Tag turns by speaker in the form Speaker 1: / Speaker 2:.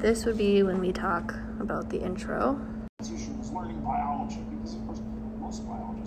Speaker 1: This would be when we talk about the intro.
Speaker 2: She was learning biology because, of course, most biologists.